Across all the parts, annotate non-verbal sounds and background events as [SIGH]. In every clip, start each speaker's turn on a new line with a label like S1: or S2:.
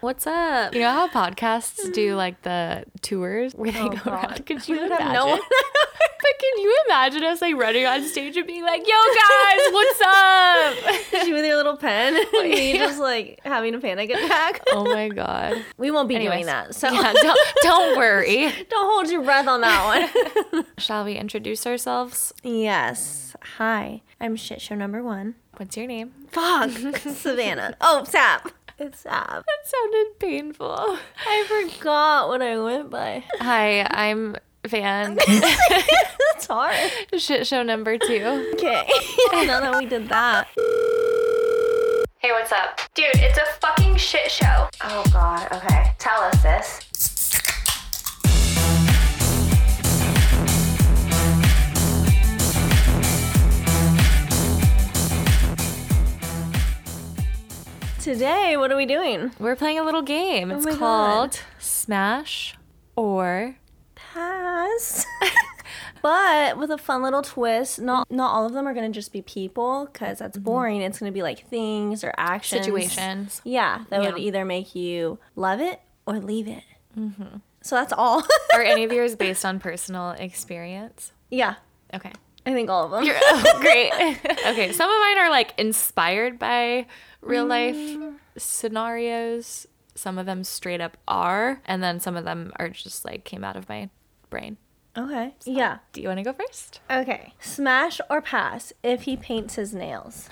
S1: What's up?
S2: You know how podcasts do like the tours where they
S1: Oh,
S2: go
S1: God.
S2: around? [LAUGHS] Could you
S1: We would have
S2: imagine?
S1: no [LAUGHS] one.
S2: but can you imagine us like running on stage and being like, "Yo guys, [LAUGHS] what's up?"
S1: she with your little pen, and me just like having a [LAUGHS] panic attack.
S2: oh my god.
S1: We won't be doing
S2: Anyways.
S1: that. So [LAUGHS]
S2: [LAUGHS] Yeah, don't [LAUGHS] don't worry.
S1: don't hold your breath on that one. [LAUGHS]
S2: Shall we introduce ourselves?
S1: yes. Hi. I'm shit show number one.
S2: What's your name?
S1: Fuck. [LAUGHS] Savannah. Oh, Sap. It's Sap.
S2: That sounded painful.
S1: I forgot what I went [LAUGHS] by.
S2: Hi, I'm [LAUGHS] Van.
S1: That's hard.
S2: Shit show number two.
S1: Okay. [LAUGHS] now that we did that.
S2: Hey, what's up?
S3: Dude, it's a fucking shit show.
S1: Oh God. Okay. Tell us this. Today, what are we doing?
S2: We're playing a little game. It's
S1: my God.
S2: called Smash or
S1: Pass. [LAUGHS] but with a fun little twist. Not not all of them are gonna just be people, cause that's
S2: Mm-hmm.
S1: boring. It's gonna be like things or actions.
S2: situations.
S1: Yeah, that would
S2: Yeah.
S1: either make you love it or leave it. So that's all.
S2: Mm-hmm. [LAUGHS] Are any of yours based on personal experience?
S1: [LAUGHS] yeah,
S2: Okay.
S1: I think all of them.
S2: oh,
S1: [LAUGHS]
S2: [LAUGHS] great. okay, some of mine are like inspired by real life scenarios. Some of them straight up are, and then some of them are just like came out of my brain.
S1: okay. Yeah.
S2: Do you want to go first?
S1: Okay. Smash or pass if he paints his
S2: [GASPS]
S1: nails.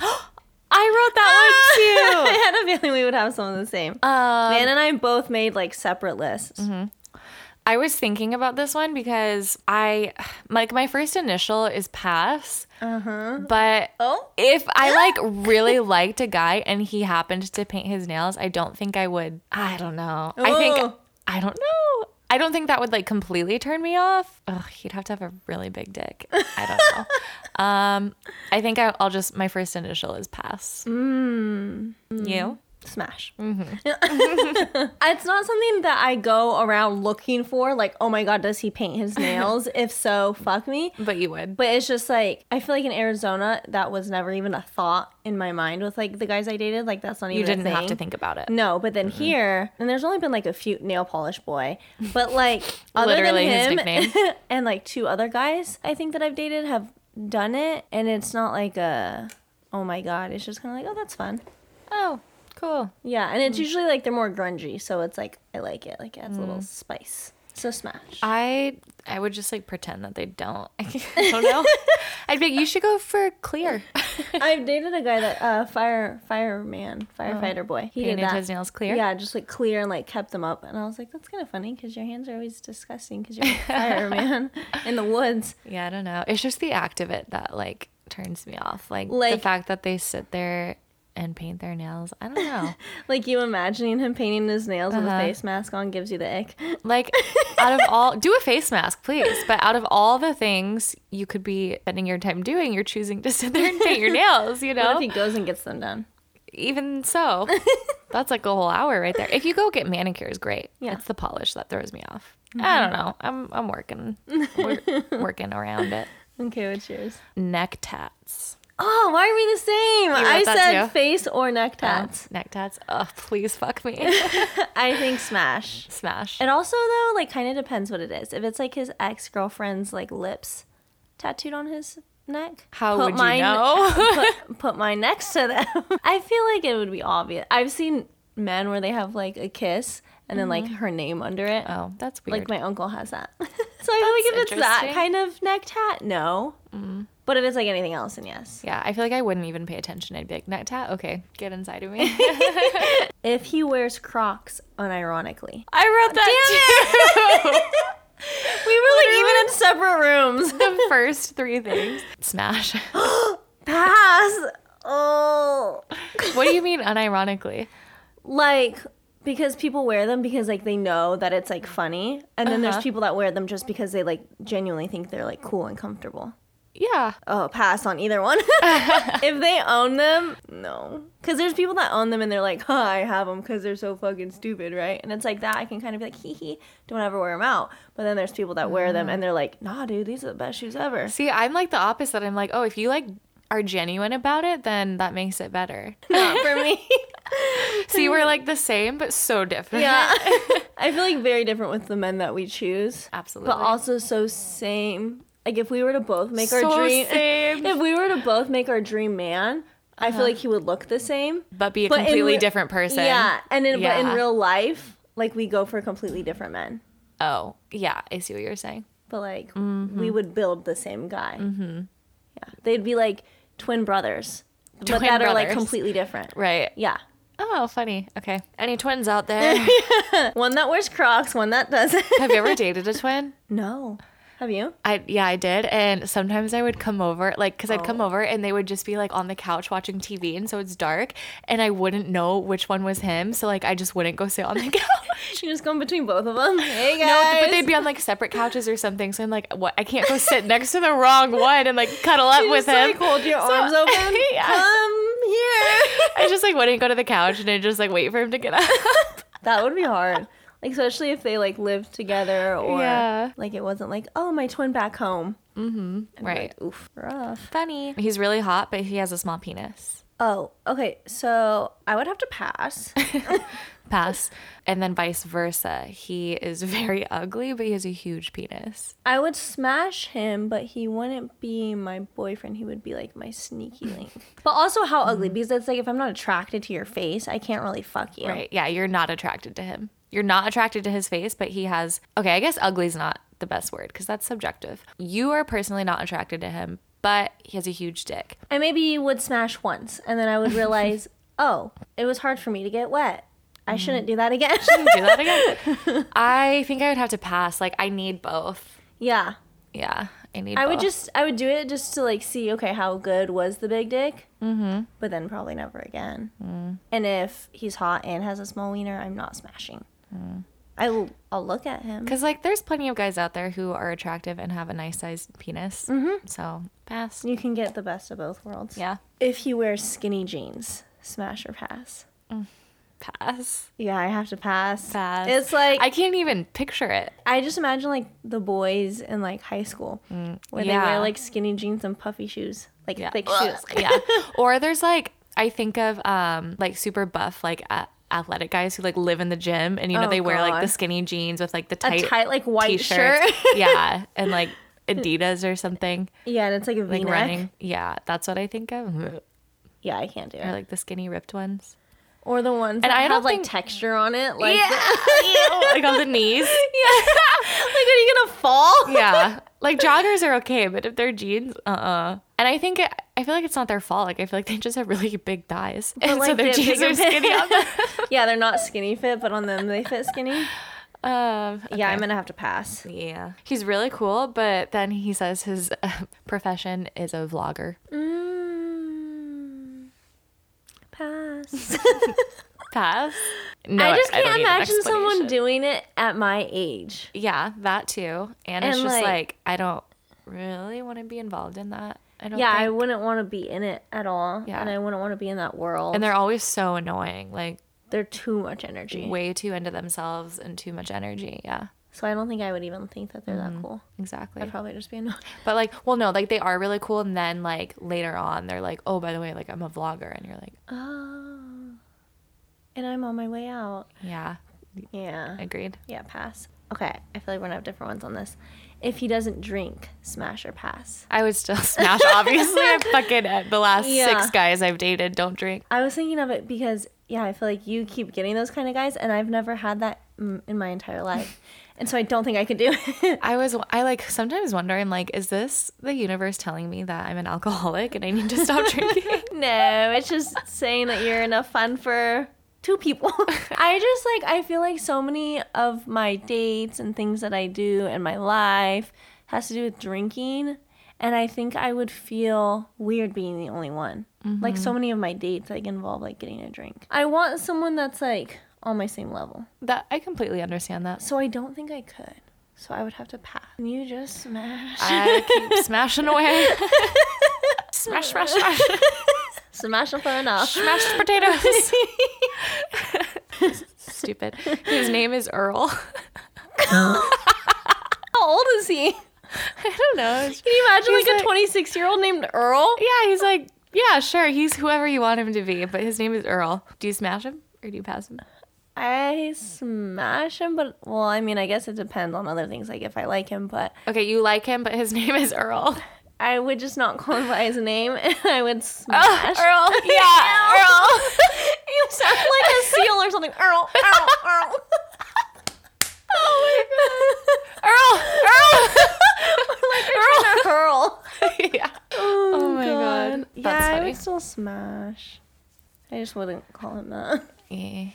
S2: I wrote that one too.
S1: [LAUGHS] I had a feeling we would have some of the same.
S2: Ah! [LAUGHS] Um, Mm-hmm.
S1: Man and I both made like separate lists.
S2: I was thinking about this one because I like my first initial is pass. Uh-huh. But
S1: Oh.
S2: if I like really liked a guy and he happened to paint his nails, I don't think I would I don't know. I think
S1: Oh.
S2: I don't know. I don't think that would like completely turn me off. Ugh, he'd have to have a really big dick. I don't [LAUGHS] know. um, I think I, I'll just my first initial is pass. Mm. You?
S1: Smash.
S2: Mm-hmm.
S1: [LAUGHS] it's not something that I go around looking for. Like, oh my god, does he paint
S2: [LAUGHS]
S1: his nails? if so, fuck me.
S2: But you would.
S1: But it's just like I feel like in Arizona, that was never even a thought in my mind with like the guys I dated. Like that's not even
S2: you didn't
S1: a thing.
S2: have to think Mm. about it. Mm-hmm.
S1: No, but then here, and there's only been like a few nail polish boy, but
S2: [LAUGHS]
S1: like other
S2: Literally his
S1: than him
S2: nickname.
S1: [LAUGHS] and like two other guys I think that I've dated have done it, and it's not like a oh my god, it's just kind of like oh that's fun,
S2: Oh, cool.
S1: yeah, and
S2: Mm.
S1: it's usually like they're more grungy, so it's like I like it, like it adds a
S2: Mm.
S1: little spice. So
S2: [LAUGHS]
S1: smash.
S2: I I would just like pretend that they don't. [LAUGHS] I don't know. I'd be like, you should go for clear.
S1: I've dated a guy that uh fire fireman firefighter boy. He did
S2: Oh. Painted
S1: that.
S2: his nails clear.
S1: Yeah, just like clear and like kept them up, and I was like, that's kind of funny because your hands are always disgusting because you're
S2: [LAUGHS]
S1: a fireman in the woods.
S2: Yeah, I don't know. It's just the act of it that like turns me off. Like,
S1: Like-
S2: the fact that they sit there and paint their nails. I
S1: [LAUGHS]
S2: don't know.
S1: Like you imagining him painting his nails with a
S2: Uh-huh.
S1: face mask on gives you the ick.
S2: like out of all do a face mask, please. But out of all the things you could be spending your time doing, you're choosing to sit there and paint your nails, you know?
S1: [LAUGHS] What if he goes and gets them done? [LAUGHS]
S2: Even so. That's like a whole hour right there. If you go get manicures, great.
S1: Yeah. Mm-hmm.
S2: It's the polish that throws me off. I don't know. I'm I'm working wor-
S1: [LAUGHS]
S2: working around it.
S1: Okay, what's yours?
S2: Neck tats.
S1: Oh, why are we the same? I
S2: wrote that
S1: said
S2: too?
S1: face or neck tats.
S2: Neck tats. Oh, please fuck me.
S1: [LAUGHS] I think smash.
S2: Smash.
S1: It also though like kind of depends what it is. If it's like his ex girlfriend's like lips tattooed on his neck,
S2: How would you
S1: mine,
S2: know?
S1: [LAUGHS] put,
S2: [LAUGHS]
S1: put mine next to them. [LAUGHS] I feel like it would be obvious. I've seen men where they have like a kiss and then like her name under it.
S2: Mm-hmm. oh, that's weird.
S1: like my uncle has that. [LAUGHS] so I feel like if it's that
S2: interesting. Mm-hmm.
S1: kind of neck tat, no. But if it's like anything else, then yes.
S2: yeah, I feel like I wouldn't even pay attention. I'd be like, neck tat? Okay, get inside
S1: [LAUGHS]
S2: of me. [LAUGHS]
S1: If he wears Crocs unironically,
S2: I wrote that Damn It!
S1: [LAUGHS] we were like even in separate rooms.
S2: [LAUGHS] the first three things. Smash. [LAUGHS]
S1: [GASPS] Pass. Oh.
S2: what do you mean unironically?
S1: like because people wear them because like they know that it's like funny and then
S2: Uh-huh.
S1: there's people that wear them just because they like genuinely think they're like cool and comfortable
S2: Yeah.
S1: oh pass on either one [LAUGHS] if they own them no because there's people that own them and they're like huh i have them because they're so fucking stupid right and it's like that i can kind of be like hee hee don't ever wear them out but then Mm. there's people that wear them and they're like nah dude these are the best shoes ever
S2: See, I'm like the opposite. I'm like, oh, if you like are genuine about it, then that makes it
S1: [LAUGHS]
S2: better.
S1: Not for me.
S2: See, we're like the same, but so different. [LAUGHS]
S1: yeah. [LAUGHS] I feel like very different with the men that we choose.
S2: Absolutely.
S1: But also so same. Like if we were to both make
S2: So
S1: our dream [LAUGHS]
S2: same.
S1: if we were to both make our dream man, I feel like he would look the same.
S2: But be a
S1: But in
S2: completely
S1: re-
S2: different person.
S1: Yeah. And in, but
S2: Yeah.
S1: in real life, like we go for completely different men.
S2: Oh, yeah. I see what you're saying.
S1: But like
S2: Mm-hmm.
S1: we would build the same guy. Mm-hmm. Yeah. They'd be like twin brothers.
S2: Twin
S1: but that are like
S2: brothers.
S1: completely different.
S2: Right.
S1: Yeah.
S2: Oh, funny. Okay. Any twins out there?
S1: One that wears Crocs, one that doesn't.
S2: [LAUGHS] Have you ever dated a twin?
S1: [LAUGHS] no. Have you?
S2: I yeah, I did. And sometimes I would come over, like, cause I'd come over and they would just be like on the couch watching TV, and so it's dark, and I wouldn't know which one was him, so like I just wouldn't go sit on the [LAUGHS] couch.
S1: [LAUGHS] She was going between both of them. Hey guys.
S2: [LAUGHS] No, but they'd be on like separate couches or something. So I'm like, what? I can't go sit next to the wrong one and like cuddle up
S1: You
S2: with
S1: just,
S2: him.
S1: Like, hold your
S2: So- [LAUGHS]
S1: arms open.
S2: Yeah.
S1: Come
S2: [LAUGHS]
S1: here.
S2: I just like wouldn't go to the couch and I just like wait for him to get up. [LAUGHS]
S1: That would be hard. Like especially if they like lived together or
S2: Yeah.
S1: like it wasn't like, oh my twin back home. Mm-hmm.
S2: Right.
S1: Oof. Rough.
S2: Funny. He's really hot, but he has a small penis.
S1: Oh, okay. So I would have to
S2: [LAUGHS]
S1: pass.
S2: Pass. And then vice versa. He is [LAUGHS] very ugly, but he has a huge penis.
S1: I would smash him, but he wouldn't be my boyfriend. He would be like my sneaky
S2: [LAUGHS]
S1: link. But also how ugly,
S2: Mm.
S1: because it's like if I'm not attracted to your face, I can't really fuck you.
S2: Right. Yeah, you're not attracted to him. You're not attracted to his face, but he has. Okay, I guess ugly's not the best word because that's subjective. You are personally not attracted to him, but he has a huge dick.
S1: I maybe would smash once, and then I would realize, oh, it was hard for me to get wet. I shouldn't do that again. [LAUGHS]
S2: Do that again. I think I would have to pass. Like, I need both.
S1: yeah,
S2: Yeah, I need.
S1: I would
S2: both.
S1: just I would do it just to like see, okay, how good was the big dick? Mm-hmm. But then probably never again. And if he's hot and has a small wiener, I'm not smashing. I will. I'll look at him.
S2: Because, like, there's plenty of guys out there who are attractive and have a nice sized penis.
S1: Mm-hmm.
S2: So, pass.
S1: You can get the best of both worlds.
S2: Yeah.
S1: If he wears skinny jeans, smash or pass.
S2: Pass.
S1: Yeah, I have to pass.
S2: Pass.
S1: It's like
S2: I can't even picture it.
S1: I just imagine like the boys in like high school where they
S2: Mm, yeah.
S1: wear like skinny jeans and puffy shoes, like
S2: Yeah.
S1: thick
S2: Ugh.
S1: shoes. [LAUGHS]
S2: [LAUGHS] yeah. Or there's like I think of um like super buff like a- athletic guys who like live in the gym and you know
S1: Oh,
S2: they wear like the
S1: God.
S2: skinny jeans with like the
S1: A
S2: tight,
S1: tight like white
S2: t-shirts.
S1: shirt. [LAUGHS]
S2: [LAUGHS] yeah, and like Adidas or something
S1: yeah, and it's like a V
S2: like
S1: neck.
S2: running. Yeah, that's what I think of. [LAUGHS] Or
S1: Yeah, I can't do it. Or,
S2: like the skinny ripped
S1: [LAUGHS]
S2: ones.
S1: the ones that
S2: I don't
S1: have like
S2: think-
S1: texture on it. Like
S2: Yeah. [LAUGHS] like on the
S1: [LAUGHS]
S2: knees.
S1: yeah. [LAUGHS] like are you gonna fall?
S2: Yeah. Like joggers are okay, but if they're jeans, uh uh And I think it, I feel like it's not their fault. Like I feel like they just have really big thighs, and [LAUGHS] so
S1: like, they
S2: their
S1: have
S2: jeans
S1: bigger
S2: are skinny.
S1: pits.
S2: on them.
S1: [LAUGHS] yeah, they're not skinny fit, but on them they fit skinny.
S2: [LAUGHS] Um,
S1: Yeah, I'm
S2: okay.
S1: gonna have to pass.
S2: Yeah. He's really cool, but then he says his uh, [LAUGHS] profession is a vlogger.
S1: Mm, pass.
S2: Pass. [LAUGHS] No,
S1: I just
S2: don't
S1: can't
S2: need an
S1: imagine someone
S2: explanation.
S1: doing it at my age.
S2: Yeah, that too. And, it's
S1: And,
S2: just like,
S1: like-
S2: I don't really want to be involved in that. I don't
S1: Yeah, I
S2: think.
S1: wouldn't want to be in it at all.
S2: Yeah.
S1: And I wouldn't want to be in that world.
S2: and
S1: And they're,
S2: they're always so annoying, like
S1: too much energy.
S2: way too into themselves and too much energy. Yeah,
S1: So I don't think I would even think that they're
S2: Mm-hmm.
S1: that cool.
S2: exactly.
S1: I'd probably just be [LAUGHS] annoyed.
S2: But like, well, no, like they are really cool, and then like later on, they're like, oh, by the way, like I'm a vlogger, and you're like,
S1: Oh. And I'm on my way out.
S2: yeah,
S1: Yeah.
S2: agreed.
S1: Yeah, pass. Okay, I feel like we're gonna have different ones on this. If he doesn't drink, smash or pass.
S2: I would still [LAUGHS] smash. Obviously, I fucking uh, the last
S1: Yeah.
S2: six guys I've dated don't drink.
S1: I was thinking of it because yeah, I feel like you keep getting those kind of guys, and I've never had that mm, in my entire
S2: [LAUGHS]
S1: life, and so I don't think I could do it.
S2: I was I like sometimes wonder I'm like, is this the universe telling me that I'm an alcoholic and I need to stop drinking?
S1: no, it's just saying that you're enough fun for two people. I just like I feel like so many of my dates and things that I do in my life has to do with drinking. And I think I would feel weird being the only one. Like so many of my dates like involve like getting a drink. I want someone that's like on my same level.
S2: that I completely understand that.
S1: So I don't think I could. So I would have to pass. Can You just smash. [LAUGHS]
S2: I keep smashing away. smash, smash, smash,
S1: smash the phone off. [LAUGHS]
S2: smash potatoes. Stupid. His name is Earl.
S1: [LAUGHS] How old is he?
S2: I I don't know.
S1: [LAUGHS]
S2: It's-
S1: Can you imagine
S2: He's
S1: like,
S2: like-
S1: a 26 year old named Earl?
S2: [LAUGHS] yeah, he's like, yeah, sure. He's whoever you want him to be, but his name is Earl. Do you smash him or do you pass him?
S1: I smash him, but well, I mean, I guess it depends on other things, like if I like him, but
S2: Okay, you like him, but his [LAUGHS] name is Earl.
S1: I would just not [LAUGHS] call him by his name and I would
S2: Oh,
S1: smash [LAUGHS]
S2: Earl. Yeah, Earl.
S1: you sound like a seal or something. Earl, Earl, Earl. [LAUGHS] oh [LAUGHS]
S2: Earl.
S1: my god. Earl. [LAUGHS]
S2: Earl. yeah.
S1: Oh,
S2: my God.
S1: Yeah,
S2: That's
S1: I
S2: funny.
S1: would still smash. I just wouldn't call him that. [LAUGHS]
S2: Yeah. Eh.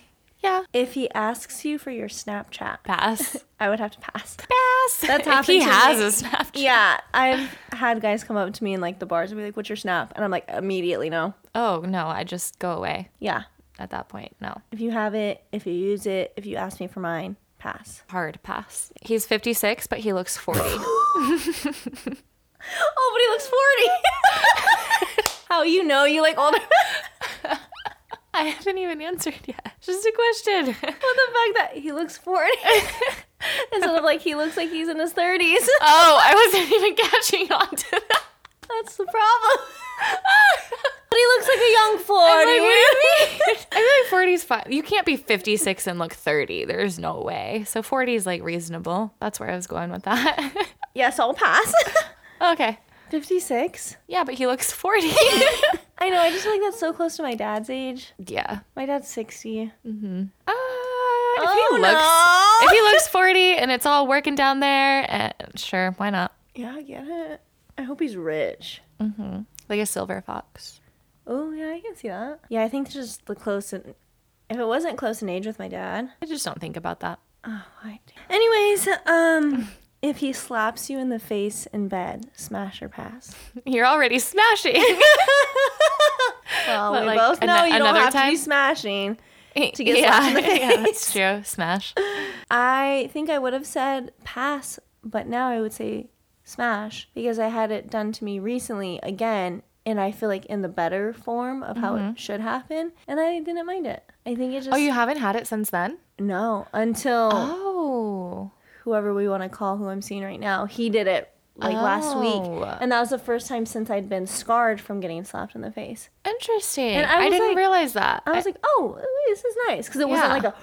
S2: Yeah.
S1: If he asks you for your Snapchat,
S2: Pass.
S1: I would have to
S2: [LAUGHS]
S1: pass.
S2: Pass.
S1: That's
S2: if
S1: happened
S2: he
S1: to
S2: has
S1: me.
S2: a Snapchat.
S1: Yeah, I've had guys come up to me in like the bars and be like, "What's your snap?" And I'm like, immediately no.
S2: Oh no, I just go away
S1: Yeah,
S2: at that point. No.
S1: if you have it, if you use it, if you ask me for mine, pass. [GASPS]
S2: Hard pass. He's 56, but he looks 40. [LAUGHS]
S1: Oh, but he looks forty. [LAUGHS] How you know you like older? [LAUGHS]
S2: I haven't even answered yet. Just a [LAUGHS] question.
S1: Well, the fact that he looks forty [LAUGHS] instead of like he looks like he's in his thirties. [LAUGHS]
S2: oh, I wasn't [LAUGHS] even catching on to that.
S1: That's the problem. [LAUGHS] but he looks like a young 40
S2: I'm like, what do you mean? I feel like 40 is fine. You can't be 56 and look 30. There's no way. So 40 is like reasonable. That's where I was going with that.
S1: [LAUGHS]
S2: [LAUGHS]
S1: Yes, I'll pass.
S2: okay.
S1: Fifty-six.
S2: Yeah, but he looks 40. [LAUGHS]
S1: I know. I just feel like that's so close to my dad's age.
S2: yeah.
S1: My dad's sixty.
S2: Uh, if
S1: Oh,
S2: he looks
S1: no.
S2: if he [LAUGHS] looks 40 and it's all working down there, eh, sure, why not?
S1: Yeah, I get it. I hope he's rich.
S2: Like a silver fox.
S1: Oh, yeah, I can see that. Yeah, I think just the close in. If it wasn't close in age with my dad.
S2: I just don't think about that.
S1: Oh, I do. Anyways,
S2: [LAUGHS]
S1: um, if he slaps you in the face in bed, smash or pass.
S2: You're already smashing.
S1: Well,
S2: But,
S1: we
S2: like,
S1: both
S2: ano-
S1: know you don't
S2: another
S1: have to
S2: time?
S1: be smashing.
S2: [LAUGHS] to
S1: get
S2: yeah, [LAUGHS]
S1: slapped in the
S2: yeah, that's true. Smash.
S1: I think I would have said pass, but now I would say smash because I had it done to me recently again, and I feel like in the better form of how it should happen, and I didn't mind it. I think it just
S2: Oh, Mm-hmm. you haven't had it since then?
S1: no until
S2: Oh.
S1: whoever we want to call who I'm seeing right now, he did it like last week,
S2: Oh.
S1: and that was the first time since I'd been scarred from getting slapped in the face.
S2: Interesting.
S1: And I
S2: I,
S1: was
S2: didn't
S1: like-
S2: realize that.
S1: I was like, oh, this is nice because it wasn't
S2: Yeah.
S1: like a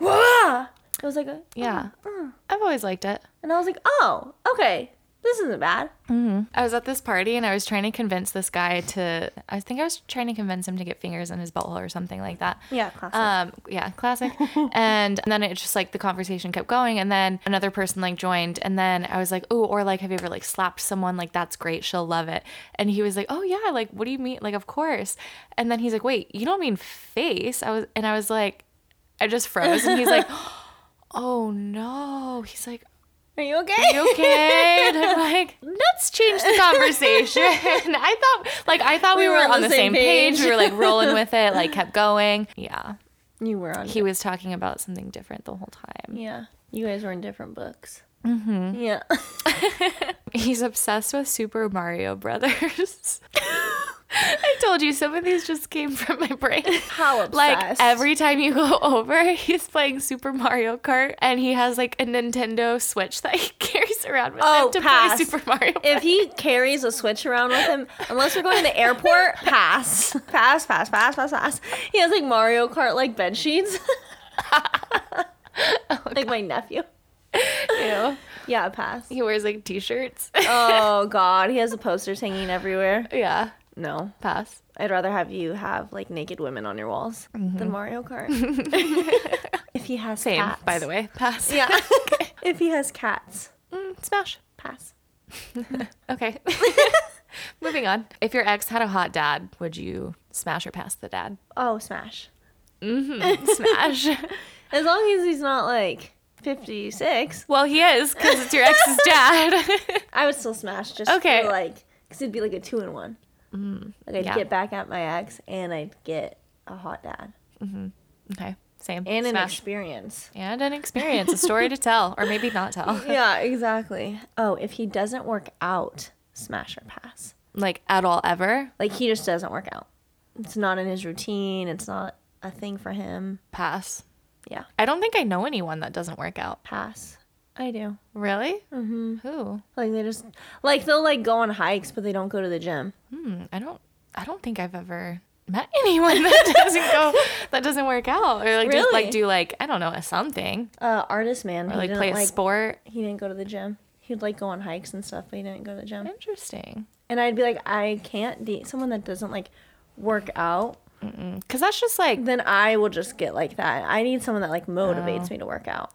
S1: Wah! It was like a
S2: Yeah.
S1: "Oh, uh."
S2: I've always liked it.
S1: and I was like, oh, okay, this isn't bad. Mm-hmm.
S2: I was at this party and I was trying to convince this guy to. I think I was trying to convince him to get fingers in his butthole or something like that.
S1: Yeah, classic.
S2: Um,
S1: [LAUGHS]
S2: yeah, classic. and, and then it just like the conversation kept going, and then another person like joined, and then I was like, oh, or like, have you ever like slapped someone? Like that's great, she'll love it. And he was like, oh yeah, like what do you mean? Like of course. And then he's like, wait, you don't mean face? I was, and I was like, I just froze, and
S1: [LAUGHS]
S2: he's like, oh no. He's like,
S1: Are you okay?
S2: you okay? And [LAUGHS] I'm like, let's change the conversation. [LAUGHS] I thought, like, I thought we, were, on the same page. We were like [LAUGHS] rolling with it, like kept going. Yeah,
S1: [LAUGHS] You were on.
S2: he was talking about something different the whole time.
S1: yeah, you guys were in different books. Mm-hmm. Yeah.
S2: He's obsessed with Super Mario Brothers. [LAUGHS] I told you some of these just came from my brain.
S1: How obsessed?
S2: Like every time you go [LAUGHS] over, he's playing Super Mario Kart, and he has like a Nintendo Switch that he [LAUGHS] carries around with
S1: Oh,
S2: him to
S1: pass.
S2: play Super Mario.
S1: [LAUGHS] If he carries a switch around with him, unless we're going to the [LAUGHS] airport, pass, pass, pass, pass, pass, pass. He has like Mario Kart like bed sheets. [LAUGHS] Oh, like my nephew.
S2: Mario.
S1: Yeah, pass.
S2: He wears like t-shirts. [LAUGHS]
S1: Oh God, he has the posters hanging everywhere.
S2: yeah.
S1: No,
S2: Pass.
S1: I'd rather have you have like naked women on your walls than Mario [LAUGHS] Kart. if he has
S2: Same,
S1: cats.
S2: by the way. Pass. [LAUGHS]
S1: Yeah. [LAUGHS] if he has cats,
S2: Mm, smash.
S1: pass.
S2: Okay. [LAUGHS] Moving on. If your ex had a hot dad, would you smash or pass the dad?
S1: [LAUGHS] Oh, smash.
S2: Hmm, Smash.
S1: As long as he's not like 56,
S2: [LAUGHS] well, he is because it's your ex's dad. [LAUGHS]
S1: I would still smash just
S2: Okay. Mm,
S1: for like, because it'd be like a two in one. Like, I'd
S2: yeah.
S1: get back at my ex and I'd get a hot dad
S2: okay. Same.
S1: and an
S2: smash. [LAUGHS]
S1: experience.
S2: and an experience, a story to tell, or maybe not [LAUGHS] tell,
S1: yeah, exactly. Oh, if he doesn't work out, smash or pass.
S2: like at all ever.
S1: Like, he just doesn't work out. It's not in his routine, it's not a thing for him.
S2: Pass.
S1: Yeah,
S2: I don't think I know anyone that doesn't work out.
S1: pass. I do.
S2: Really? Mm-hmm. Who?
S1: Like they just like they'll like go on hikes, but they don't go to the gym.
S2: Hmm, I don't. I don't think I've ever met [LAUGHS] anyone that doesn't go. That doesn't work out, or like just
S1: Really?
S2: like do like I don't know something,
S1: Uh, artist man,
S2: or
S1: he
S2: like
S1: didn't
S2: play a
S1: like
S2: sport.
S1: he didn't go to the gym. He'd like go on hikes and stuff, but he didn't go to the gym.
S2: Interesting.
S1: And I'd be like, I can't date someone that doesn't like work out.
S2: Because that's just like
S1: Then I will just get like that. I need someone that like
S2: Oh.
S1: motivates me to work out.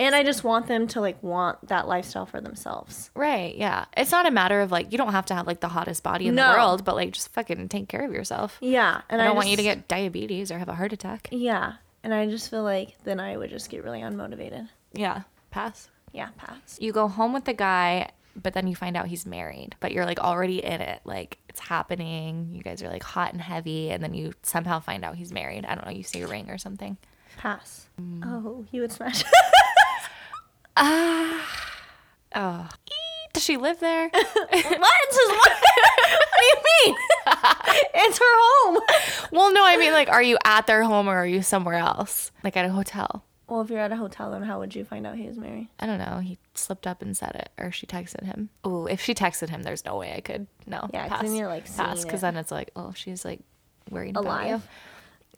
S1: And I just want them to like want that lifestyle for themselves.
S2: Right, yeah. It's not a matter of like you don't have to have like the hottest body in
S1: No.
S2: the world, but like just fucking take care of yourself.
S1: Yeah. And
S2: I don't want you to
S1: just-
S2: get diabetes or have a heart attack.
S1: Yeah. And I just feel like then I would just get really unmotivated.
S2: Yeah. Pass.
S1: Yeah, pass.
S2: You go home with the guy, but then you find out he's married, but you're like already in it. Like it's happening. You guys are like hot and heavy, and then you somehow find out he's married. I don't know, you see a ring or something.
S1: Pass.
S2: Mm.
S1: Oh, he would smash. [LAUGHS]
S2: Oh. Does she live there?
S1: what? Just what? what do you mean? it's her home.
S2: [LAUGHS] well, no, I mean like are you at their home or are you somewhere else? Like at a hotel.
S1: Well, if you're at a hotel, then how would you find out he was married?
S2: I don't know. He slipped up and said it, or she texted him. Oh, if she texted him, there's no way I could. No.
S1: Yeah, 'cause
S2: pass.
S1: then you're, like,
S2: pass,
S1: seeing
S2: because
S1: it.
S2: then it's like, oh, she's like worried
S1: Alive.
S2: about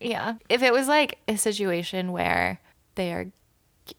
S2: you. Yeah. If it was like a situation where they are,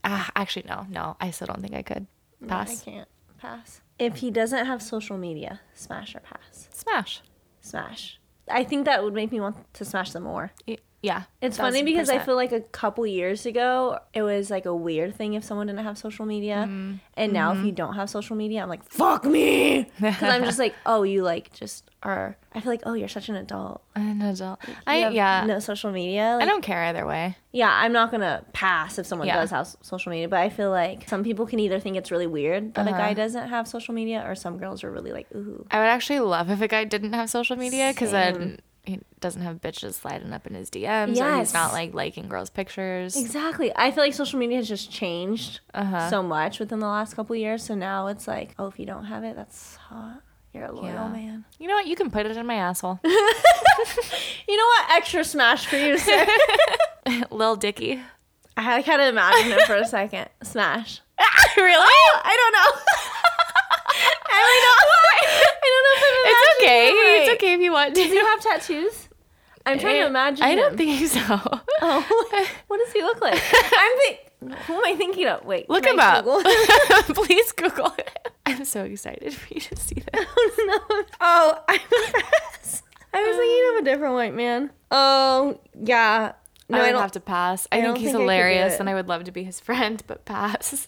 S2: ah, actually, no, no, I still don't think I could.
S1: I
S2: Pass.
S1: can't. Pass. If he doesn't have social media, smash or pass.
S2: Smash.
S1: Smash. I think that would make me want to smash them more.
S2: Y- Yeah.
S1: It's funny because I
S2: 1000%.
S1: feel like a couple years ago, it was like a weird thing if someone didn't have social media.
S2: Mm-hmm.
S1: And now, if you don't have social media, I'm like, fuck me. Because I'm
S2: [LAUGHS]
S1: just like, oh, you like just are. I feel like, oh, you're such an adult.
S2: an adult.
S1: You
S2: I
S1: have
S2: yeah.
S1: No social media.
S2: I
S1: Like,
S2: don't care either way.
S1: yeah, I'm not going to pass if someone
S2: Yeah.
S1: does have s- social media. But I feel like some people can either think it's really weird that a
S2: Uh-huh.
S1: guy doesn't have social media, or some girls are really like, ooh.
S2: I would actually love if a guy didn't have social media because then he doesn't have bitches sliding up in his DMs or
S1: Yes.
S2: he's not like liking girls' pictures.
S1: Exactly. Uh-huh. I feel like social media has just changed so much within the last couple years. So now it's like, oh, if you don't have it, that's hot. You're a loyal
S2: Yeah.
S1: man.
S2: You know what? You can put it in my
S1: [LAUGHS]
S2: asshole.
S1: You know what? Extra smash for you, [LAUGHS] sir.
S2: Lil Dicky.
S1: [LAUGHS] I had to imagine it for a second. Smash. [LAUGHS]
S2: really?
S1: I don't know. [LAUGHS] I really don't. [LAUGHS] I don't know if I'm
S2: It's okay.
S1: imagining it right.
S2: It's okay if you want to. [LAUGHS]
S1: Do you have tattoos? I'm trying to imagine.
S2: I don't
S1: him.
S2: think so.
S1: [LAUGHS] Oh, what does he look [LAUGHS] like? I'm think. Who am I thinking of? Wait,
S2: [LAUGHS] Look
S1: can
S2: him
S1: I
S2: up.
S1: Google? [LAUGHS]
S2: [LAUGHS] Please Google it. I'm so excited for you to see that.
S1: [LAUGHS] Oh, I [LAUGHS] was, I was thinking of a different white man. Oh, yeah. No,
S2: I
S1: I,
S2: would
S1: don't.
S2: have to pass. I,
S1: don't
S2: think he's
S1: think I could do
S2: hilarious
S1: it.
S2: and I would love to be his friend, but pass.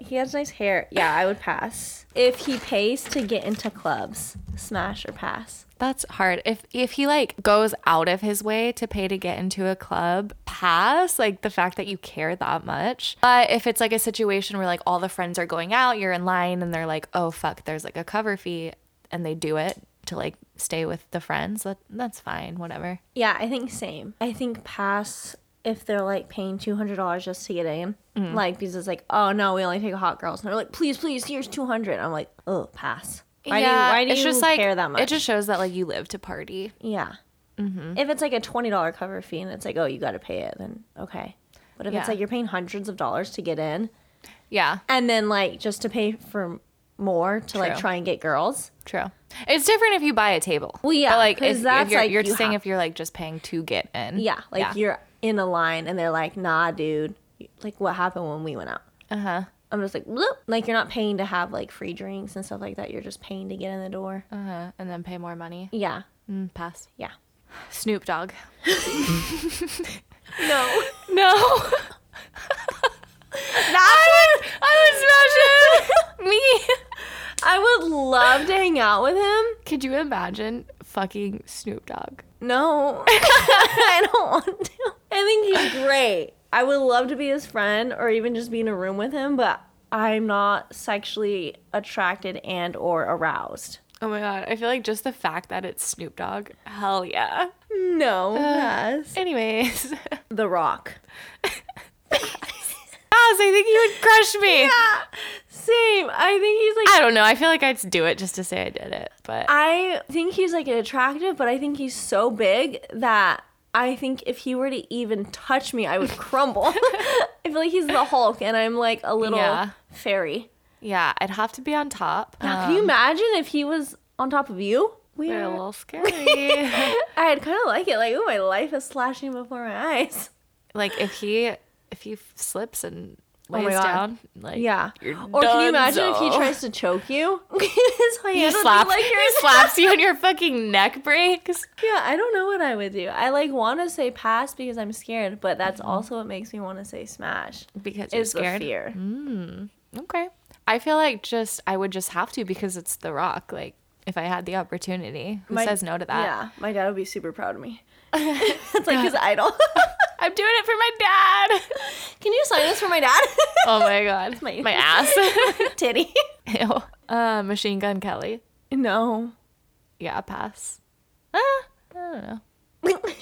S1: He has nice hair. Yeah, I would pass. If he pays to get into clubs, smash or pass.
S2: That's hard. If if he like goes out of his way to pay to get into a club, pass like the fact that you care that much. But if it's like a situation where like all the friends are going out, you're in line and they're like, "Oh fuck, there's like a cover fee." And they do it to like stay with the friends. That that's fine, whatever.
S1: Yeah, I think same. I think pass if they're like paying two hundred dollars just to get in. Like because it's like, oh no, we only take hot girls, and they're like, please, please, here's two hundred. I'm like, oh, pass. Why do you, why do
S2: it's
S1: you
S2: just like
S1: care that much?
S2: it just shows that like you live to party.
S1: Yeah.
S2: Mm-hmm.
S1: If it's like a twenty dollar cover fee and it's like, oh, you got to pay it, then okay. But if
S2: Yeah.
S1: it's like you're paying hundreds of dollars to get in,
S2: Yeah,
S1: and then like just to pay for more to like
S2: True.
S1: try and get girls,
S2: true. It's different if you buy a table.
S1: Well, yeah,
S2: But, like
S1: 'cause
S2: if, if
S1: that's,
S2: you're,
S1: like,
S2: you're
S1: you
S2: saying
S1: have-
S2: if you're like just paying to get in.
S1: yeah, like you're in a line and they're like, nah, dude, like what happened when we went out?
S2: uh huh.
S1: I'm just like, bloop. like you're not paying to have like free drinks and stuff like that. You're just paying to get in the door.
S2: Uh-huh. And then pay more money.
S1: Yeah,
S2: Mm, pass.
S1: yeah.
S2: Snoop Dogg.
S1: No,
S2: [LAUGHS] No. I would, I would smash [LAUGHS] him. Me.
S1: I would love to hang out with him.
S2: Could you imagine fucking Snoop Dogg?
S1: No, [LAUGHS] I don't want to. I think he's great. I would love to be his friend or even just be in a room with him, but I'm not sexually attracted and or aroused.
S2: Oh my god. I feel like just the fact that it's Snoop Dogg. Hell yeah.
S1: No, yes.
S2: [LAUGHS] Anyways. Pass.
S1: The Rock.
S2: I think he would crush me.
S1: [LAUGHS] Same. I think he's like
S2: I don't know. I feel like I'd do it just to say I did it. But
S1: I think he's like attractive, but I think he's so big that I think if he were to even touch me, I would crumble. [LAUGHS] I I feel like he's the Hulk, and I'm like a little
S2: Yeah.
S1: fairy.
S2: Yeah, I'd have to be on top. Um,
S1: Yeah, can you imagine if he was on top of you? We
S2: [LAUGHS] They're
S1: [LAUGHS]
S2: a little scary.
S1: I'd kind of like it. Like, oh, my life is flashing before my eyes.
S2: like if he if he slips and
S1: my
S2: lays
S1: God.
S2: down, like
S1: Yeah.
S2: you're
S1: or can you imagine if he
S2: donezo.
S1: tries to choke
S2: [LAUGHS]
S1: you? [LAUGHS] His hand
S2: He,
S1: would be
S2: slaps,
S1: like
S2: he
S1: yours.
S2: slaps you and your fucking neck breaks.
S1: Yeah, I don't know what I would do. I like want to say pass because I'm scared, but that's also what makes me want to say smash.
S2: Because Mm-hmm. you're
S1: Is the
S2: scared. Mm,
S1: fear?
S2: Okay. I feel like just I would just have to because it's The Rock. Like if I had the opportunity, who
S1: My-
S2: says no to that?
S1: Yeah, my dad would be super proud of me. [LAUGHS] it's like his idol.
S2: [LAUGHS] [LAUGHS] I'm doing it for my dad.
S1: [LAUGHS] Can you sign this for my dad?
S2: Oh
S1: [LAUGHS]
S2: my god,
S1: My-
S2: my, ass.
S1: Titty.
S2: [LAUGHS] Ew. Uh, Machine Gun Kelly.
S1: No.
S2: Yeah, pass. Ah, I don't know.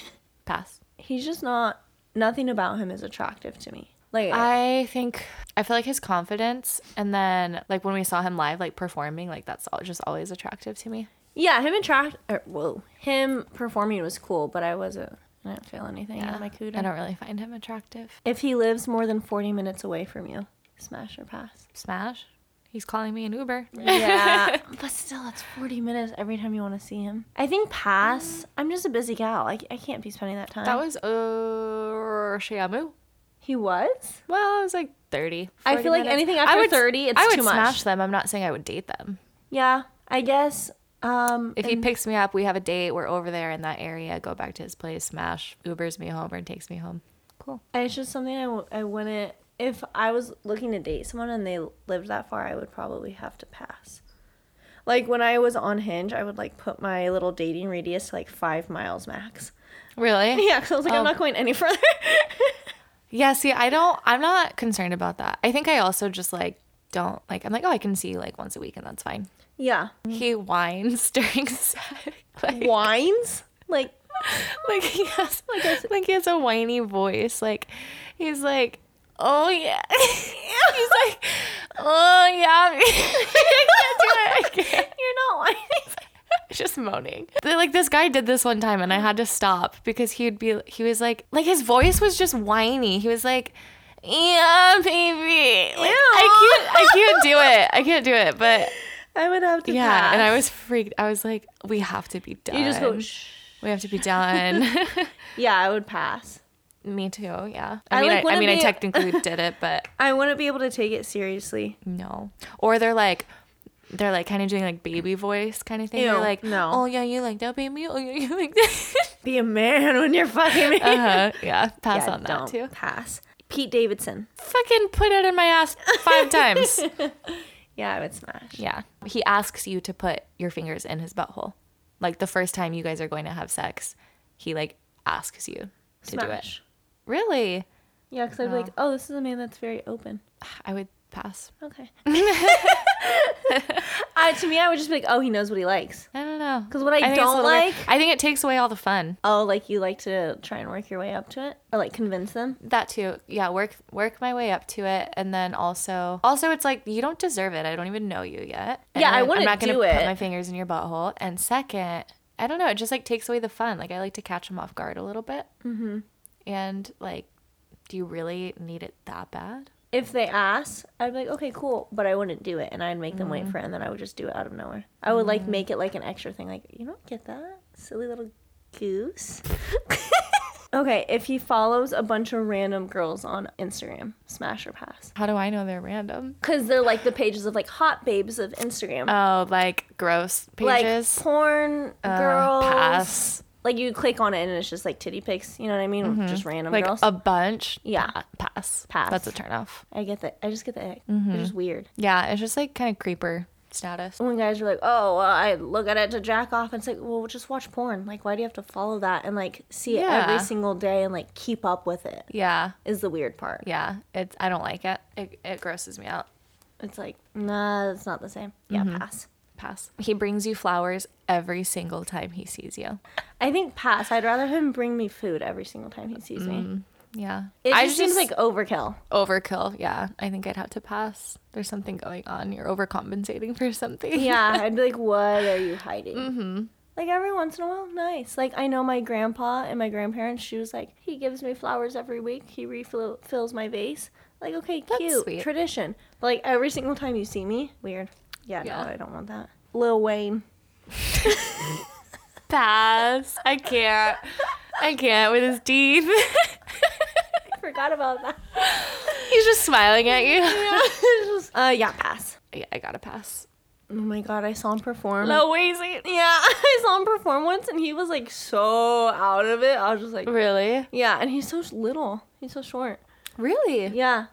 S2: Pass.
S1: [LAUGHS] He's just not. Nothing about him is attractive to me. Like
S2: I think I feel like his confidence, and then like when we saw him live, like performing, like that's all just always attractive to me.
S1: Yeah, him attract. Or, whoa, him performing was cool, but I wasn't. I didn't feel anything out of my
S2: I
S1: cooter.
S2: don't really find him attractive.
S1: If he lives more than forty minutes away from you, smash or pass.
S2: Smash. He's calling me an Uber.
S1: Yeah, [LAUGHS] but still, it's forty minutes every time you want to see him. I think pass. I'm just a busy gal. I, I can't be spending that time.
S2: That was uh, Shayamu.
S1: he was.
S2: Well, I was like 30.
S1: I feel
S2: 40
S1: like
S2: minutes.
S1: anything after 30, it's
S2: I would
S1: too much.
S2: smash them. I'm not saying I would date them.
S1: Yeah, I guess. Um,
S2: If he picks me up, we have a date, we're over there in that area, go back to his place, smash, Ubers me home or takes me home. Cool.
S1: it's just something I, w- I wouldn't. If I was looking to date someone and they lived that far, I would probably have to pass. Like when I was on Hinge, I would like put my little dating radius to like five miles max. Oh.
S2: Really?
S1: [LAUGHS] Yeah, because I was like, I'm not going any further.
S2: [LAUGHS]
S1: [LAUGHS]
S2: Yeah, see, I don't, I'm not concerned about that. I think I also just like don't like, I'm like, oh, I can see you like once a week and that's fine.
S1: yeah.
S2: He whines [LAUGHS] during sex. Like,
S1: Wines? Like,
S2: like he has like, like he has a whiny voice. Like he's like, oh yeah. [LAUGHS] he's like, oh yeah. [LAUGHS] I can't do it. I can't.
S1: you're not whining.
S2: [LAUGHS] Just moaning. They're Like this guy did this one time, and I had to stop because he'd be he was like like his voice was just whiny. He was like. Yeah, baby. Like, I can't. I can't do it. I can't do it. But
S1: I would have to
S2: yeah,
S1: pass.
S2: and I was freaked. I was like, we have to be done.
S1: You just go, shh.
S2: We have to be done. [LAUGHS]
S1: Yeah, I would pass.
S2: Me too. Yeah.
S1: I,
S2: I, mean,
S1: like,
S2: I, I
S1: wouldn't
S2: mean, I
S1: be-
S2: [LAUGHS] technically did it, but
S1: I wouldn't be able to take it seriously.
S2: no. Or they're like, they're like kind of doing like baby voice kind of thing.
S1: Ew,
S2: they're like,
S1: no.
S2: Oh yeah, you like that baby. Oh yeah, you like that.
S1: Be a man [LAUGHS] when you're fucking me. [LAUGHS]
S2: [LAUGHS] uh-huh. Yeah. Pass
S1: Yeah,
S2: on that
S1: don't
S2: too.
S1: Pass. Pete Davidson.
S2: Fucking put it in my ass five [LAUGHS] times.
S1: Yeah, I would smash.
S2: yeah. He asks you to put your fingers in his butthole, like the first time you guys are going to have sex. He like asks you to do it.
S1: Smash.
S2: Really?
S1: Yeah, because I'd be like, oh, this is a man that's very open.
S2: I would pass.
S1: Okay. I, to me, I would just be like, oh, he knows what he likes.
S2: I don't know.
S1: 'Cause what I
S2: think it's a
S1: don't
S2: little weird.
S1: like-
S2: I think it takes away all the fun.
S1: Oh, like you like to try and work your way up to it, or like convince them.
S2: that too yeah work work my way up to it and then also also it's like you don't deserve it i don't even know you yet And
S1: Yeah, I
S2: then
S1: wouldn't
S2: i'm not gonna
S1: do
S2: put
S1: it.
S2: my fingers in your butthole and second i don't know it just like takes away the fun like i like to catch them off guard a little bit mm-hmm. and like do you really need it that bad
S1: If they ask, I'd be like, okay, cool, but I wouldn't do it, and I'd make them wait for it, and then I would just do it out of nowhere. I would like make it like an extra thing, like you don't get that, silly little goose. [LAUGHS] okay, if he follows a bunch of random girls on Instagram, smash or pass,
S2: how do i know they're random
S1: because they're like the pages of like hot babes of Instagram,
S2: oh like gross pages
S1: like porn
S2: Uh,
S1: girls.
S2: pass
S1: Like you click on it and it's just like titty pics, you know what I mean? Just random
S2: Mm-hmm. like
S1: girls.
S2: a bunch
S1: Yeah.
S2: Pa- pass
S1: Pass.
S2: that's a turnoff
S1: I get that. I just get the ick.
S2: Mm-hmm.
S1: It's just weird.
S2: yeah it's just like kind of creeper status
S1: When guys are like, "Oh, well, I look at it to jack off," and it's like, "Well, just watch porn. Like, why do you have to follow that and like see it
S2: Yeah.
S1: every single day and like keep up with it?"
S2: yeah
S1: Is the weird part.
S2: Yeah, it's I don't like it. It it grosses me out.
S1: It's like, nah, it's not the same. Yeah,
S2: Mm-hmm.
S1: pass.
S2: Pass. He brings you flowers every single time he sees you.
S1: I think pass. I'd rather him bring me food every single time he sees me.
S2: Yeah.
S1: It
S2: Mm. I
S1: just seems like overkill.
S2: [LAUGHS] overkill. Yeah. I think I'd have to pass. There's [LAUGHS] something Mm-hmm. going on. You're overcompensating for something.
S1: Yeah, I'd be like, "What are you hiding?" Like every once in a while, nice. Like I know my grandpa and my grandparents. She was like, he gives me flowers every week. He refills my vase. Like okay,
S2: That's
S1: cute
S2: sweet.
S1: tradition. But like every single time you see me, weird. Yeah,
S2: Yeah.
S1: no, I don't want that. Lil Wayne.
S2: Pass. I can't. [LAUGHS] I can't with his teeth.
S1: [LAUGHS]
S2: [LAUGHS]
S1: I forgot about that.
S2: He's just smiling at
S1: [LAUGHS]
S2: you. Yeah,
S1: Uh, yeah, pass.
S2: I gotta pass.
S1: Oh my god, I saw him perform.
S2: Wheezy.
S1: Yeah, [LAUGHS] I saw him perform once, and he was like so out of it. I was just like,
S2: Really?
S1: yeah, and he's so little. He's so short.
S2: Really?
S1: Yeah.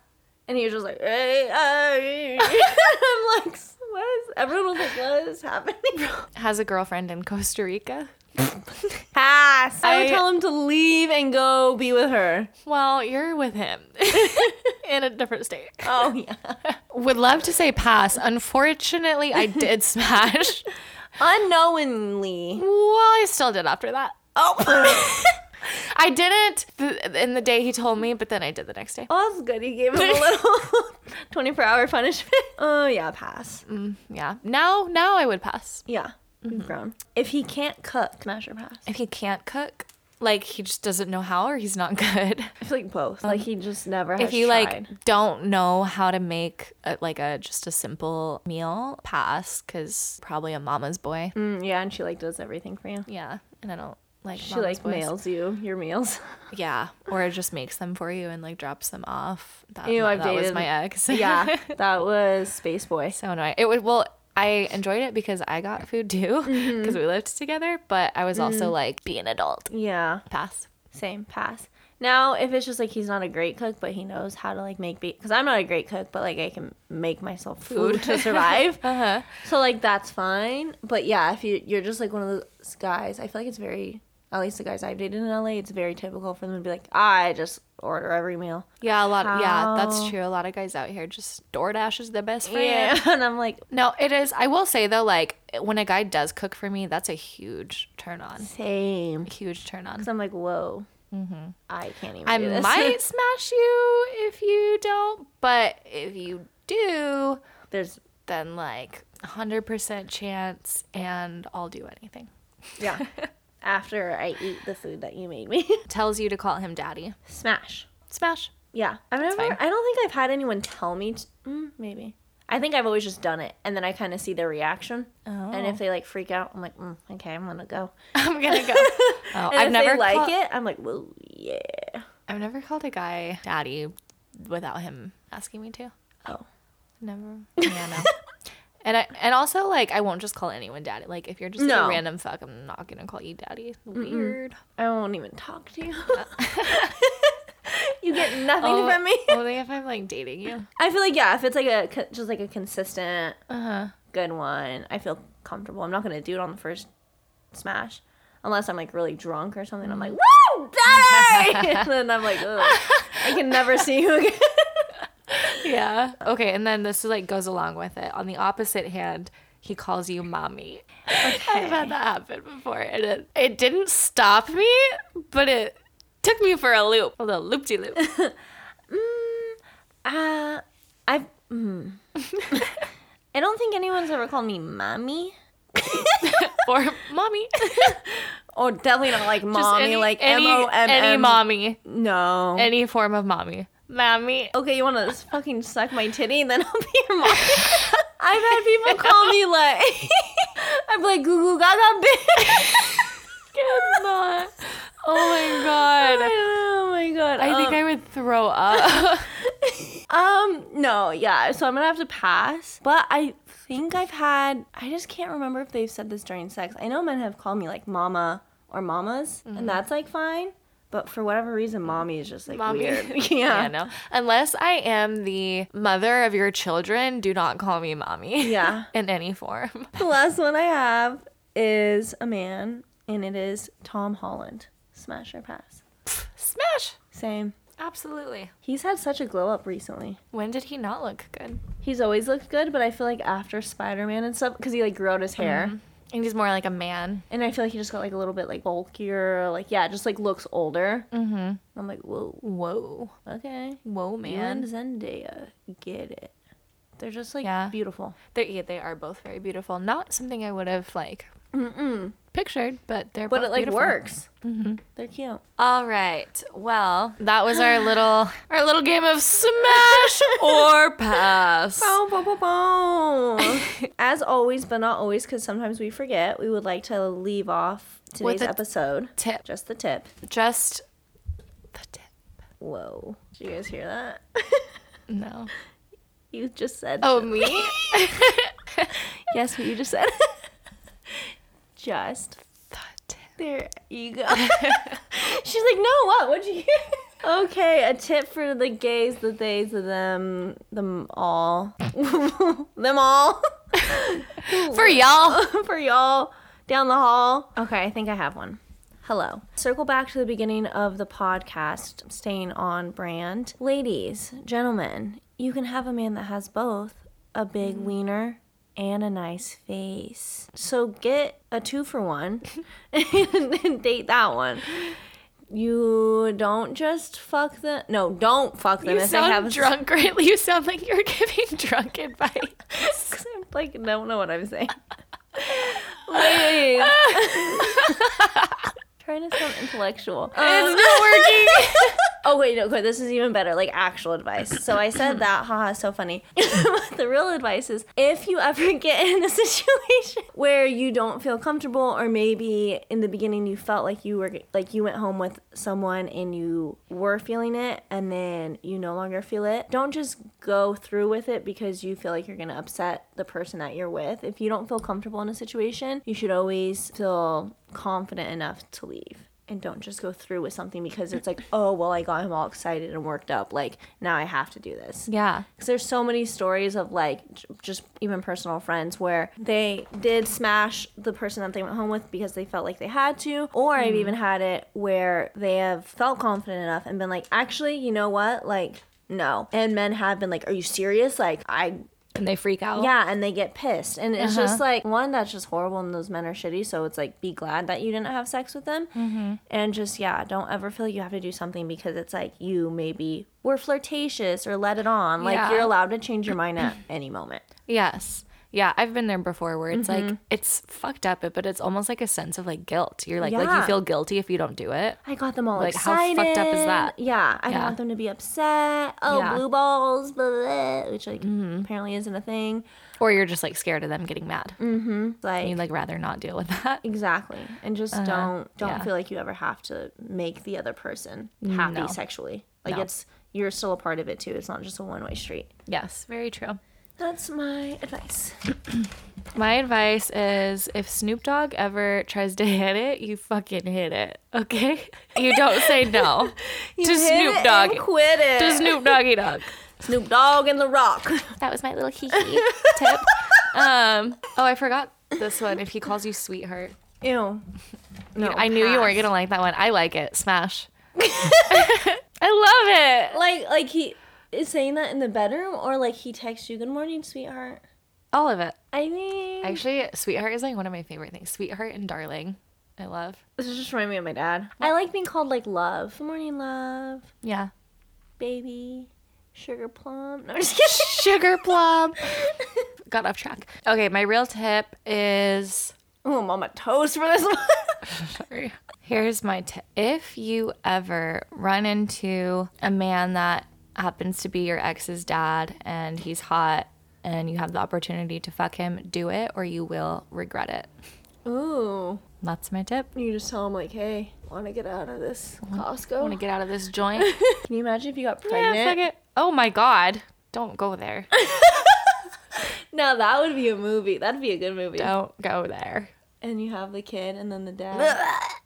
S1: And he was just like, "Hey, hey." [LAUGHS] I'm like, what is, everyone was like, what is happening? [LAUGHS]
S2: Has a girlfriend in Costa Rica.
S1: Pass. I, would
S2: I-
S1: tell him to leave and go be with [LAUGHS] her.
S2: Well, you're with [LAUGHS] him in a different state.
S1: Oh, yeah.
S2: Would love to say pass. Unfortunately, I did [LAUGHS] smash.
S1: Unknowingly.
S2: well, I still did after that.
S1: [LAUGHS] Oh.
S2: I didn't th- in the day he told me, but then I did the next day.
S1: oh, that's good. He gave him a little [LAUGHS] 24 hour punishment. [LAUGHS] Oh, yeah, pass.
S2: Yeah. Now, now I would pass.
S1: Yeah. You've grown. If he can't cook, Mm-hmm. smash or pass.
S2: If he can't cook, like he just doesn't know how or he's not [LAUGHS] good.
S1: I feel like both. Like Um, he just never has
S2: if you
S1: tried.
S2: like don't know how to make a, like a just a simple meal, pass cuz probably a mama's boy.
S1: Mm, yeah, and she like does everything for you.
S2: Yeah, and I don't like
S1: She
S2: mama's
S1: like
S2: boys.
S1: mails you your meals.
S2: Yeah, or just makes them for you and like drops them off. That,
S1: Ew, I've
S2: that was
S1: dated-
S2: my
S1: [LAUGHS]
S2: ex.
S1: yeah, [LAUGHS] that was Space Boy.
S2: [LAUGHS] so annoying. It was well, I enjoyed it because I got food too because
S1: Mm-hmm.
S2: we lived together. But I was also like, be an adult.
S1: Yeah,
S2: Pass.
S1: same pass. Now, if it's just like he's not a great cook, but he knows how to like make be because I'm not a great cook, but like I can make myself food to [LAUGHS] survive.
S2: Uh-huh.
S1: So like that's fine. But yeah, if you you're just like one of those guys, I feel like it's very at least the guys I've dated in LA, it's very typical for them to be like, I just order every meal.
S2: Yeah, a lot. yeah, that's
S1: How-
S2: true. A lot of guys out here just DoorDash is their best friend.
S1: [LAUGHS] and I'm like,
S2: [LAUGHS] No, it is. I will say though, like when a guy does cook for me, that's a huge turn on.
S1: same.
S2: Huge turn on.
S1: Because I'm like, whoa, Mm-hmm. I can't even.
S2: I
S1: do this.
S2: might smash you if you don't, but if you do,
S1: [LAUGHS] There's
S2: then like 100% chance and I'll do anything.
S1: yeah. [LAUGHS] After I eat the food that you made me, [LAUGHS]
S2: Tells you to call him daddy.
S1: smash.
S2: Smash. [LAUGHS]
S1: Yeah, I've never.
S2: fine.
S1: I don't think I've had anyone tell me. To, mm, maybe. I think I've always just done it, and then I kind of see their reaction. And
S2: Oh.
S1: if they like freak out, I'm like, mm, okay, I'm gonna go.
S2: I'm going
S1: [LAUGHS]
S2: to go. Oh,
S1: And
S2: I've
S1: if
S2: never
S1: they like
S2: call-
S1: it, I'm like, well, yeah.
S2: I've never called a guy daddy without him asking me to.
S1: Oh,
S2: Never. Yeah,
S1: [LAUGHS]
S2: no. And I and also like I won't just call anyone daddy. Like if you're just like,
S1: No.
S2: a random fuck, I'm not gonna call you daddy. Weird.
S1: I won't even talk to you. [LAUGHS] you get nothing
S2: Uh. Oh,
S1: from me. [LAUGHS]
S2: only if I'm like dating you.
S1: I feel like yeah, if it's like a co- just like a consistent
S2: Uh huh.
S1: good one, I feel comfortable. I'm not gonna do it on the first smash. Unless I'm like really drunk or something, I'm like,
S2: Mm-hmm.
S1: "Woo, daddy!" [LAUGHS] and
S2: [LAUGHS]
S1: then I'm like, Ugh, I can never see you again. [LAUGHS]
S2: Yeah. Okay, and then this is like goes along with it. On the opposite hand, he calls you mommy. I've had that happen before, and it it didn't stop me, but it took me for a loop, a little loop
S1: [LAUGHS]
S2: de loop.
S1: Uh, I mm.
S2: [LAUGHS]
S1: I don't think anyone's ever called me mommy,
S2: Or mommy, [LAUGHS] Just
S1: or definitely not like mommy,
S2: any-
S1: like
S2: any
S1: M O M
S2: any
S1: M.
S2: mommy,
S1: No.
S2: any form of mommy, mommy.
S1: okay, you want
S2: [LAUGHS]
S1: to fucking suck my titty, and then I'll be your mommy. I've had people call me like, [LAUGHS] I'm like, goo goo gaga bitch.
S2: [LAUGHS] Cannot.
S1: [LAUGHS]
S2: Oh my god.
S1: oh my god.
S2: I think I would throw up.
S1: Um, no, yeah. So I'm gonna have to pass. But I think I've had. I just can't remember if they've said this during sex. I know men have called me like mama or mamas,
S2: Mm-hmm.
S1: and that's like fine. But for whatever reason, mommy is just like
S2: Mommy. [LAUGHS]
S1: weird.
S2: yeah.
S1: [LAUGHS] Yeah.
S2: no. Unless I am the mother of your children, do not call me mommy.
S1: Yeah.
S2: [LAUGHS] in any form.
S1: The last one I have is a man, and it is Tom Holland. Smash or pass.
S2: Smash.
S1: Same.
S2: Absolutely.
S1: He's had such a glow up recently.
S2: When did he not look good?
S1: He's always looked good, but I feel like after Spider Man and stuff, because he like grew out his hair.
S2: And he's more like a man.
S1: And I feel like he just got like a little bit like bulkier, like yeah, just like looks older. Mm-hmm. I'm like, whoa,
S2: Whoa.
S1: okay,
S2: Whoa,
S1: you and
S2: man.
S1: Zendaya get it. They're just like
S2: Yeah.
S1: beautiful.
S2: They're, yeah, they are both very beautiful. Not something I would have like pictured, but they're
S1: But
S2: both
S1: it like
S2: beautiful. Mm-hmm.
S1: works. They're cute.
S2: All right. Well, that was [GASPS] our little our little game of smash [LAUGHS] or pass.
S1: Bow, bow, bow, [LAUGHS] bow. As always, but not always, because sometimes we forget, we would like to leave off today's
S2: With a
S1: episode.
S2: tip.
S1: Just the tip.
S2: Just the tip.
S1: Whoa. Did you guys hear that? [LAUGHS]
S2: No.
S1: you just said.
S2: [LAUGHS] Oh, me?
S1: Yes, what you just said. [LAUGHS] just.
S2: the tip.
S1: There you go. [LAUGHS] She's like, no, what? What'd you hear? Okay, a tip for the gays, the theys, the them, them all. [LAUGHS] them [LAUGHS] all.
S2: For [LAUGHS] y'all.
S1: [LAUGHS] for y'all down the hall. Okay, I think I have one. Hello. Circle back to the beginning of the podcast, staying on brand. Ladies, gentlemen, you can have a man that has both a big wiener and a nice face. So get a two for [LAUGHS] one and, and date that one. You don't just fuck them. No, don't fuck them.
S2: You
S1: if they
S2: sound
S1: have-
S2: drunk, right? [LAUGHS] You sound like you're giving drunk advice.
S1: 'Cause I'm like, don't know what I'm saying. Please. [LAUGHS] Trying to sound intellectual. Um,
S2: it's not working.
S1: oh wait, no, this is even better. Like actual advice. So I said that, haha, so funny. [LAUGHS] But the real advice is if you ever [LAUGHS] get in a situation [LAUGHS] where you don't feel comfortable, or maybe in the beginning you felt like you were like you went home with someone and you were feeling it, and then you no longer feel it. Don't just go through with it because you feel like you're gonna upset the person that you're with. If you don't feel comfortable in a situation, you should always feel confident enough to leave and don't just go through with something because it's like, oh, well, I got him all excited and worked up. Like, now I have to do this.
S2: [LAUGHS] Yeah.
S1: Because there's so many stories of like j- just even personal friends where they did smash the person that they went home with because they felt like they had to. Or I've even had it where they have felt confident enough and been like, actually, you know what? Like, no. And men have been like, are you serious? Like, I
S2: And they freak out.
S1: yeah, and they get pissed. And it's just
S2: Uh-huh.
S1: like, one, that's just horrible, and those men are shitty. So it's like, be glad that you didn't have sex with them.
S2: Mm-hmm.
S1: And just, yeah, don't ever feel like you have to do something because it's like you maybe were flirtatious or let it on. Like,
S2: Yeah.
S1: you're allowed to change your mind at any moment.
S2: Yes. Yeah, I've been there before where it's like it's fucked up, but it's almost like a sense of like guilt. You're like like
S1: Yeah.
S2: you feel guilty if you don't do it.
S1: I got them all
S2: Like, how
S1: excited.
S2: fucked up is that?
S1: Yeah, I don't
S2: Yeah.
S1: want them to be upset. Oh,
S2: Yeah. Mm-hmm.
S1: blue balls, blah, blah, which like apparently isn't a thing.
S2: Or you're just like scared of them getting mad.
S1: Like,
S2: You'd like rather not deal with that.
S1: Exactly. And just don't don't
S2: Uh, yeah. Mm,
S1: feel like you ever have to make the other person happy
S2: No.
S1: sexually. Like
S2: No.
S1: it's you're still a part of it too. It's not just a one way street.
S2: [LAUGHS] Yes, very true.
S1: That's my advice.
S2: My advice is if Snoop Dogg ever tries to [LAUGHS] hit it, you fucking hit it. Okay? [LAUGHS] You don't say [LAUGHS] no to [LAUGHS] Snoop Dogg.
S1: quit it.
S2: To Snoop Doggy Dogg.
S1: Snoop Dogg and The Rock. [LAUGHS]
S2: That was my little hee hee tip. Um, oh, I forgot this one. If he calls you sweetheart,
S1: Ew. No,
S2: I knew you weren't
S1: pass.
S2: gonna like that one. I like
S1: [LAUGHS]
S2: it. Smash. I love it.
S1: like like he is saying that in the bedroom or like he texts you good morning sweetheart.
S2: All of it.
S1: I mean,
S2: Actually, sweetheart is like one of my favorite things. Sweetheart and darling. I love.
S1: this is just reminding me of my dad. I like being called like love. Good morning, love,
S2: Yeah.
S1: baby, sugar plum. No, I'm just kidding.
S2: Sugar plum.
S1: [LAUGHS]
S2: Got off track. Okay, my real tip is
S1: Oh, I'm on my toes for this one.
S2: Sorry. Here's my tip. If you ever run into a man that happens to be your ex's dad and he's hot and you have the opportunity to fuck him, do it or you will regret it.
S1: [LAUGHS] Ooh.
S2: That's my tip.
S1: You just tell him, like, hey, want to get out of this
S2: Want to
S1: Costco?
S2: get out of this joint?
S1: Can you imagine if you got pregnant?
S2: [LAUGHS] yeah, fuck it. Oh my god. Don't go [LAUGHS] there.
S1: Now that would be a movie. That'd be a good movie.
S2: Don't go there.
S1: And you have the kid, and then the dad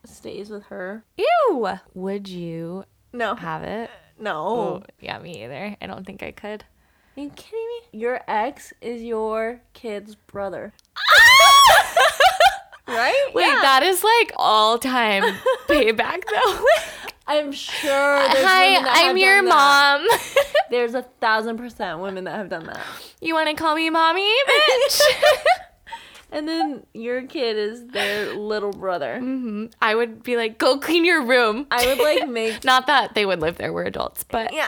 S1: stays with her.
S2: Ew. Would you
S1: No.
S2: have it?
S1: No.
S2: Oh, yeah, me either. I don't think I [LAUGHS] could.
S1: Are you kidding me? Your ex is your kid's brother. right?
S2: Wait,
S1: Yeah.
S2: that is like all time payback though. [LAUGHS]
S1: I'm sure there's women that
S2: Uh, Hi,
S1: have
S2: I'm your
S1: done that.
S2: mom.
S1: [LAUGHS] There's a thousand percent women that have done that.
S2: you want to call me mommy,
S1: [LAUGHS]
S2: bitch?
S1: And then your kid is their little brother.
S2: I would be like, go clean your room.
S1: I would [LAUGHS]
S2: [LAUGHS]
S1: like make
S2: Not that they would live there, we're adults,
S1: [LAUGHS]
S2: but
S1: yeah,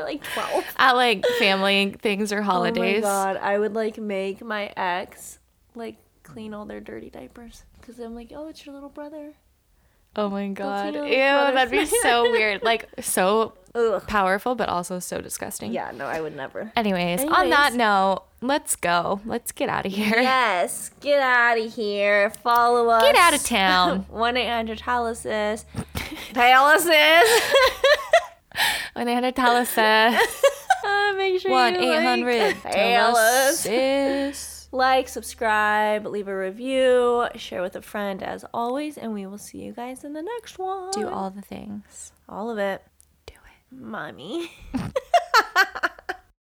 S1: like twelve.
S2: [LAUGHS] at like family things or
S1: Oh my
S2: holidays.
S1: god, I would like make my ex like clean all their dirty diapers because I'm like, oh, it's your little brother.
S2: Oh my god.
S1: know
S2: Ew,
S1: the
S2: that'd be
S1: brothers. [LAUGHS]
S2: so weird. Like so
S1: Ugh.
S2: powerful but also so disgusting.
S1: Yeah, no, I would never.
S2: Anyways, on that
S1: Anyways.
S2: note, let's go. Let's get out of here. [LAUGHS]
S1: Yes, get out of here. Follow us.
S2: Get out of town.
S1: [LAUGHS] One eight hundred [LAUGHS] Talysis. [LAUGHS] Talysis. [LAUGHS]
S2: 100 Talis.
S1: uh, make sure
S2: One
S1: you
S2: eight hundred
S1: like, Talis.
S2: Talis.
S1: like, subscribe, leave a review, share with a friend as always, and we will see you guys in the next one.
S2: Do all the things.
S1: all of it,
S2: Do it.
S1: mommy. [LAUGHS]